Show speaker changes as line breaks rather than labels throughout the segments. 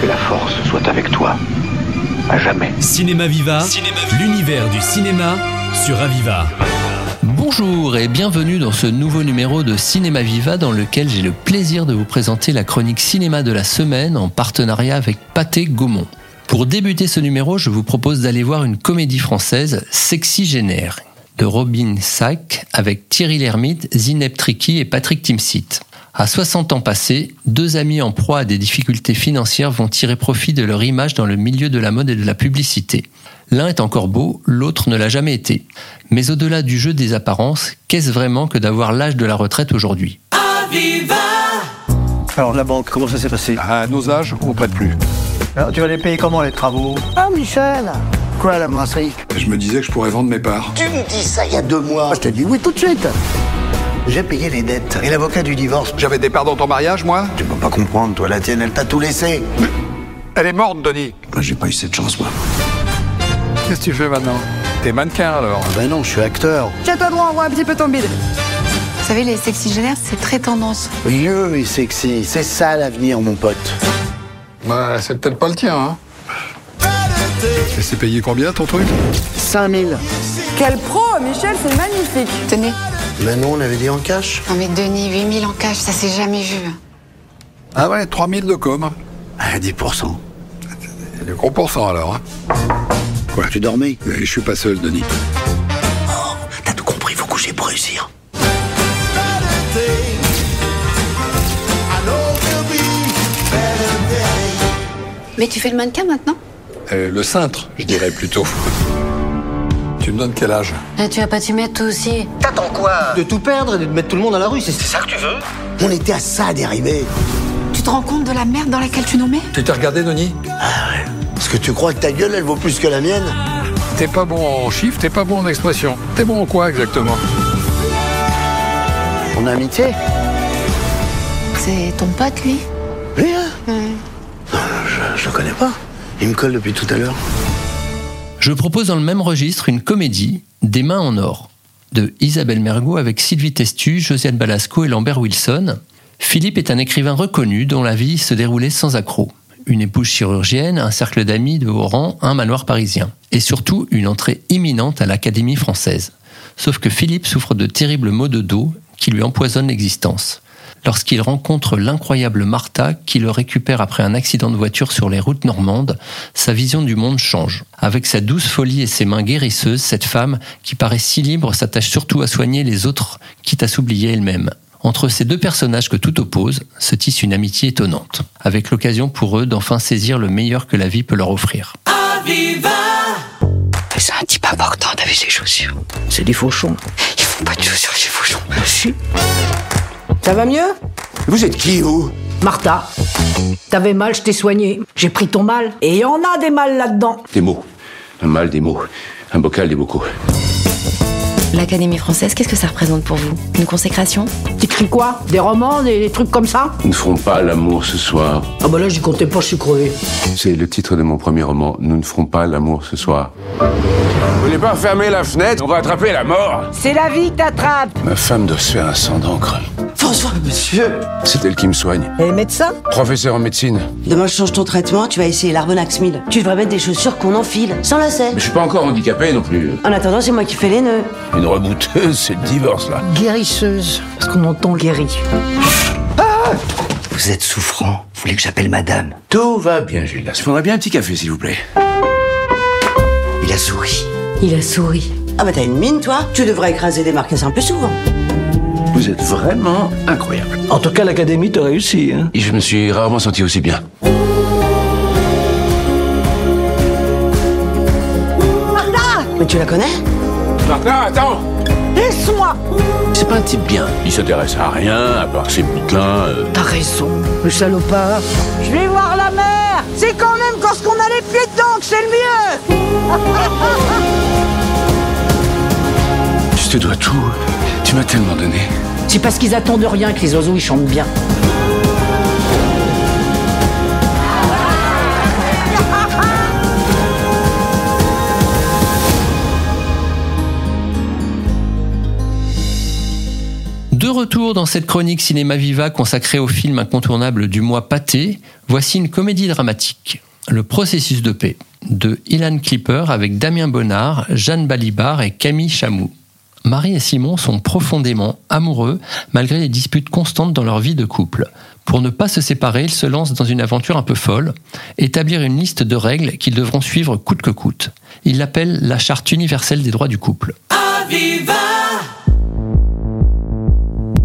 Que la force soit avec toi. À jamais.
Cinéma Viva, l'univers du cinéma sur Aviva.
Bonjour et bienvenue dans ce nouveau numéro de Cinéma Viva dans lequel j'ai le plaisir de vous présenter la chronique cinéma de la semaine en partenariat avec Pathé Gaumont. Pour débuter ce numéro, je vous propose d'aller voir une comédie française, Sexy Génère, de Robin Sack avec Thierry Lhermitte, Zineb Triki et Patrick Timsit. À 60 ans passés, deux amis en proie à des difficultés financières vont tirer profit de leur image dans le milieu de la mode et de la publicité. L'un est encore beau, l'autre ne l'a jamais été. Mais au-delà du jeu des apparences, qu'est-ce vraiment que d'avoir l'âge de la retraite aujourd'hui
Alors la banque, comment ça s'est passé
À nos âges, on prête plus.
Alors, Tu vas les payer comment les travaux
Oh Michel
Quoi la brasserie
Je me disais que je pourrais vendre mes parts.
Tu me dis ça il y a deux mois Je te dis oui tout de suite
J'ai payé les dettes. Et l'avocat du divorce
J'avais des parts dans ton mariage, moi
Tu peux pas comprendre, toi, la tienne, elle t'a tout laissé
Elle est morte, Denis.
J'ai pas eu cette chance, moi.
Qu'est-ce que tu fais maintenant T'es mannequin, alors
Ben non, je suis acteur.
Tiens-toi droit, on voit un petit peu ton bide. Vous savez, les sexygénaires, c'est très tendance.
Vieux et sexy, c'est ça l'avenir, mon pote.
Bah, c'est peut-être pas le tien, hein Et c'est payé combien, ton truc
5000.
Quel pro, Michel, c'est magnifique. Tenez.
Ben non, on avait dit en cash.
Non mais Denis, 8000 en cash, ça s'est jamais vu.
Ah ouais, 3000 de com.
À 10%.
Le gros pourcent, alors. hein.
Tu dormais
Et je suis pas seul, Denis.
T'as tout compris, faut coucher pour réussir.
Mais tu fais le mannequin maintenant
Euh, le cintre, je dirais plutôt. Tu me donnes quel âge
Tu vas pas t'y mettre toi aussi.
T'attends quoi
De tout perdre et de mettre tout le monde à la rue, c'est ça
On était à ça d'arriver.
Tu te rends compte de la merde dans laquelle tu nous mets
Tu t'es regardé, Denis
Parce que tu crois que ta gueule, elle vaut plus que la mienne
T'es pas bon en chiffres, t'es pas bon en expression. T'es bon en quoi, exactement
Mon amitié
C'est ton pote, lui
Lui, hein je, je le connais pas. Il me colle depuis tout à l'heure.
Je propose dans le même registre une comédie, Des mains en or, de Isabelle Mergot avec Sylvie Testu, Josiane Balasco et Lambert Wilson. Philippe est un écrivain reconnu dont la vie se déroulait sans accroc. Une épouse chirurgienne, un cercle d'amis de haut rang, un manoir parisien. Et surtout, une entrée imminente à l'Académie française. Sauf que Philippe souffre de terribles maux de dos qui lui empoisonnent l'existence. Lorsqu'il rencontre l'incroyable Martha, qui le récupère après un accident de voiture sur les routes normandes, sa vision du monde change. Avec sa douce folie et ses mains guérisseuses, cette femme, qui paraît si libre, s'attache surtout à soigner les autres, quitte à s'oublier elle-même. Entre ces deux personnages que tout oppose, se tisse une amitié étonnante, avec l'occasion pour eux d'enfin saisir le meilleur que la vie peut leur offrir.
C'est un type important avec ses chaussures.
C'est des fauchons.
Ils font pas de chaussures chez Fouchon.
Ça va mieux
Vous êtes qui, vous
Martha, t'avais mal, je t'ai soigné. J'ai pris ton mal. Et il y en a des mal là-dedans.
Des mots. Un mal des mots. Un bocal des bocaux.
L'Académie française, qu'est-ce que ça représente pour vous Une consécration
T'écris quoi Des romans, des, des trucs comme ça
Nous ne ferons pas l'amour ce soir.
Ah bah là, j'y comptais pas, je suis crevé.
C'est le titre de mon premier roman. Nous ne ferons pas l'amour ce soir. Vous voulez pas fermer la fenêtre On va attraper la mort
C'est la vie qui t'attrape
Ma femme doit se faire un sang d'encre.
François, monsieur
C'est elle qui me soigne.
Et Eh, médecin
Professeur en médecine.
Demain, je change ton traitement, tu vas essayer l'Arbonax 1000. Tu devrais mettre des chaussures qu'on enfile, sans lacets.
Mais je suis pas encore handicapé non plus.
En attendant, c'est moi qui fais les nœuds.
Une rebouteuse, c'est le divorce là.
Guérisseuse. Parce qu'on entend guéri.
Vous êtes souffrant. Vous voulez que j'appelle madame
Tout va Ah bien, Gildas. Faudrait bien un petit café, s'il vous plaît.
Il a souri.
Il a souri.
Ah bah t'as une mine, toi Tu devrais écraser des marcassins plus souvent.
Vous êtes vraiment incroyable.
En tout cas, l'académie t'a réussi, hein
Et je me suis rarement senti aussi bien.
Mais tu la connais
Martin, attends
Laisse-moi
C'est pas un type bien. Il s'intéresse à rien, à part ses bouquins. euh,
T'as raison, le salopard. Je vais voir la mer C'est quand même quand qu'on a les pieds dedans que c'est le mieux
Je te dois tout. Tu m'as tellement donné.
C'est parce qu'ils attendent rien que les oiseaux, ils chantent bien.
De retour dans cette chronique Cinéma Viva consacrée au film incontournable du mois pâté, voici une comédie dramatique, Le processus de paix, de Ilan Clipper avec Damien Bonnard, Jeanne Balibar et Camille Chamou. Marie et Simon sont profondément amoureux malgré les disputes constantes dans leur vie de couple. Pour ne pas se séparer, ils se lancent dans une aventure un peu folle, établir une liste de règles qu'ils devront suivre coûte que coûte. Ils l'appellent la charte universelle des droits du couple.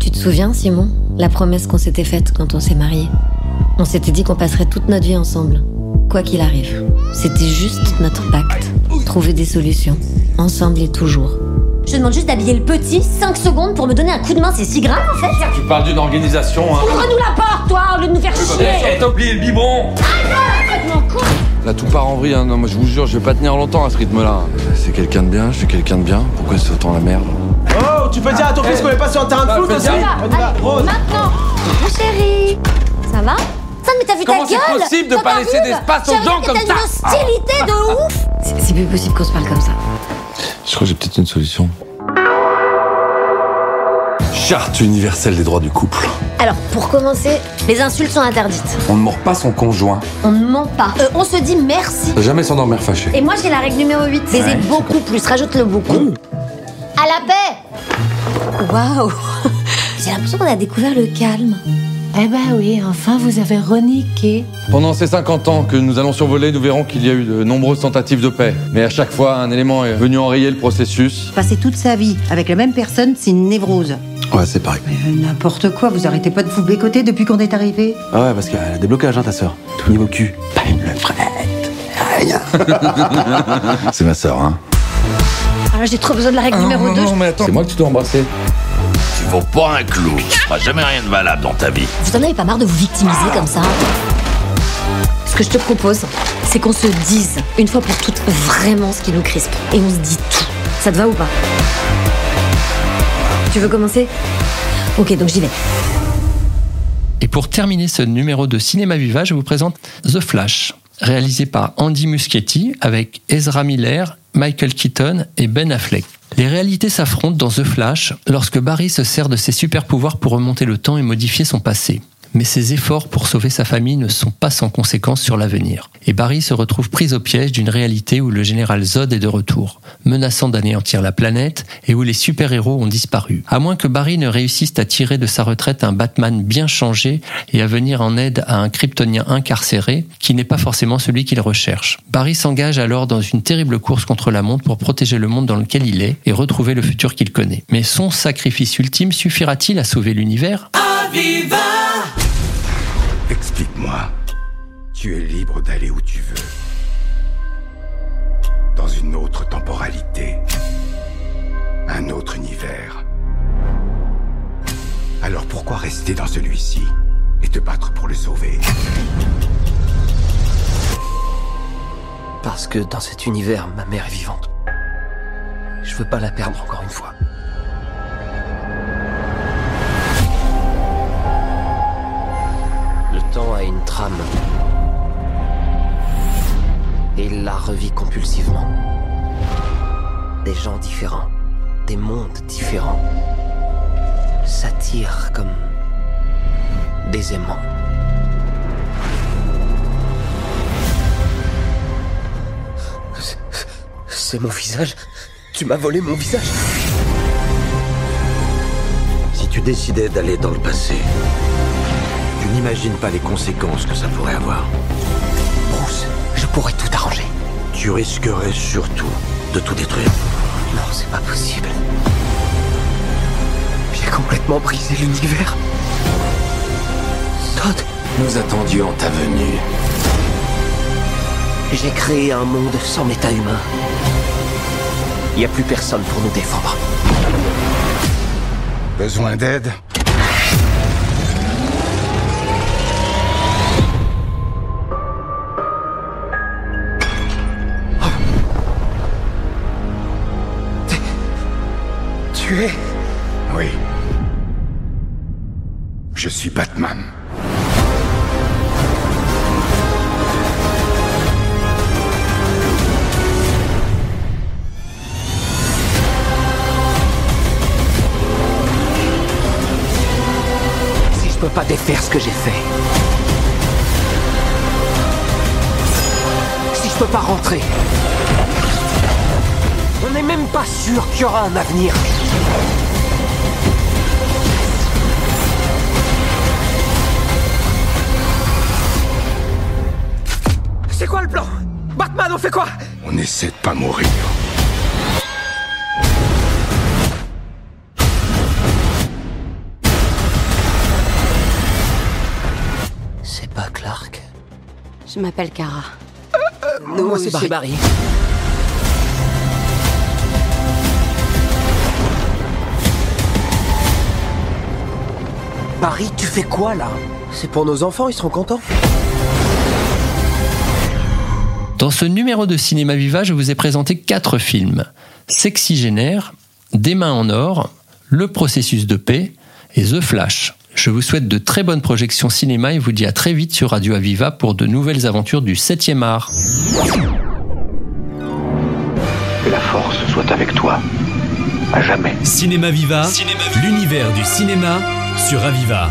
Tu te souviens, Simon, la promesse qu'on s'était faite quand on s'est mariés On s'était dit qu'on passerait toute notre vie ensemble, quoi qu'il arrive. C'était juste notre pacte. Trouver des solutions, ensemble et toujours.
Je demande juste d'habiller le petit 5 secondes pour me donner un coup de main, c'est si grave en fait
Tu parles d'une organisation, hein
Ouvre-nous la porte, toi, au lieu de nous faire chier
T'as oublié le biberon
Complètement con
Là, tout part en vrille, hein. non, moi je vous jure, je vais pas tenir longtemps à ce rythme-là.
C'est quelqu'un de bien, je suis quelqu'un de bien. Pourquoi c'est autant la merde
Oh, tu peux dire à ton fils qu'on est pas sur un terrain de foot aussi
Allez, maintenant Ma chérie Ça va Ça, mais t'as vu
Comment
ta gueule
c'est possible de
T'as
pas laisser
vu
d'espace aux
Chérie,
gens
t'as
comme ça Ah,
une hostilité de ouf
C'est plus possible qu'on se parle comme ça.
Je crois que j'ai peut-être une solution. Charte universelle des droits du couple.
Alors, pour commencer, les insultes sont interdites.
On ne mord pas son conjoint.
On ne ment pas. Euh, on se dit merci.
Jamais s'endormir fâché.
Et moi, j'ai la règle numéro 8. Baiser
Ouais, Mmh.
beaucoup plus, rajoute le beaucoup. À la paix Waouh J'ai l'impression qu'on a découvert le calme.
Eh ben oui, enfin vous avez reniqué.
Pendant ces 50 ans que nous allons survoler, nous verrons qu'il y a eu de nombreuses tentatives de paix. Mais à chaque fois, un élément est venu enrayer le processus.
Passer toute sa vie avec la même personne, c'est une névrose.
Ouais, c'est pareil.
Euh, N'importe quoi, vous arrêtez pas de vous bécoter depuis qu'on est arrivé.
Ah ouais, parce qu'elle a des blocages, hein, ta sœur. Tout niveau cul. Pas une levrette. Rien.
C'est ma sœur, hein.
Ah, j'ai trop besoin de la règle numéro 2.
C'est moi que tu dois embrasser.
Tu vaux pas un clou. Tu feras jamais rien de valable dans ta vie.
Vous en avez pas marre de vous victimiser comme ça Ce que je te propose, c'est qu'on se dise, une fois pour toutes, vraiment ce qui nous crispe. Et on se dit tout. Ça te va ou pas Tu veux commencer Ok, donc j'y vais.
Et pour terminer ce numéro de Cinéma Viva, je vous présente The Flash, réalisé par Andy Muschietti avec Ezra Miller, Michael Keaton et Ben Affleck. Les réalités s'affrontent dans The Flash lorsque Barry se sert de ses super pouvoirs pour remonter le temps et modifier son passé. Mais ses efforts pour sauver sa famille ne sont pas sans conséquences sur l'avenir. Et Barry se retrouve pris au piège d'une réalité où le général Zod est de retour, menaçant d'anéantir la planète et où les super-héros ont disparu. À moins que Barry ne réussisse à tirer de sa retraite un Batman bien changé et à venir en aide à un kryptonien incarcéré qui n'est pas forcément celui qu'il recherche. Barry s'engage alors dans une terrible course contre la montre pour protéger le monde dans lequel il est et retrouver le futur qu'il connaît. Mais son sacrifice ultime suffira-t-il à sauver l'univers
Explique-moi. Tu es libre d'aller où tu veux. Dans une autre temporalité. Un autre univers. Alors pourquoi rester dans celui-ci et te battre pour le sauver
Parce que dans cet univers, ma mère est vivante. Je veux pas la perdre encore une fois. Le temps a une trame. Et il la revit compulsivement. Des gens différents, des mondes différents, s'attirent comme des aimants. C'est- C'est mon visage Tu m'as volé mon visage
Si tu décidais d'aller dans le passé, tu n'imagines pas les conséquences que ça pourrait avoir.
Bruce, je pourrais tout arranger.
Tu risquerais surtout de tout détruire.
Non, c'est pas possible. J'ai complètement brisé l'univers. Todd,
Nous attendions ta venue.
j'ai créé un monde sans méta humain. Il n'y a plus personne pour nous défendre.
Besoin d'aide
Tu es
Oui. Je suis Batman.
peux pas défaire ce que j'ai fait. Si je peux pas rentrer, on n'est même pas sûr qu'il y aura un avenir. C'est quoi le plan Batman, on fait quoi
On essaie de pas mourir.
C'est pas Clark.
Je m'appelle Kara.
Moi, c'est Barry. Barry, tu fais quoi là C'est pour nos enfants, ils seront contents.
Dans ce numéro de Cinéma Viva, je vous ai présenté quatre films Sexygénaire, Des mains en or, Le processus de paix et The Flash. Je vous souhaite de très bonnes projections cinéma et vous dis à très vite sur Radio Aviva pour de nouvelles aventures du 7e art.
Que la force soit avec toi. À jamais.
Cinéma Viva, l'univers du cinéma sur Aviva.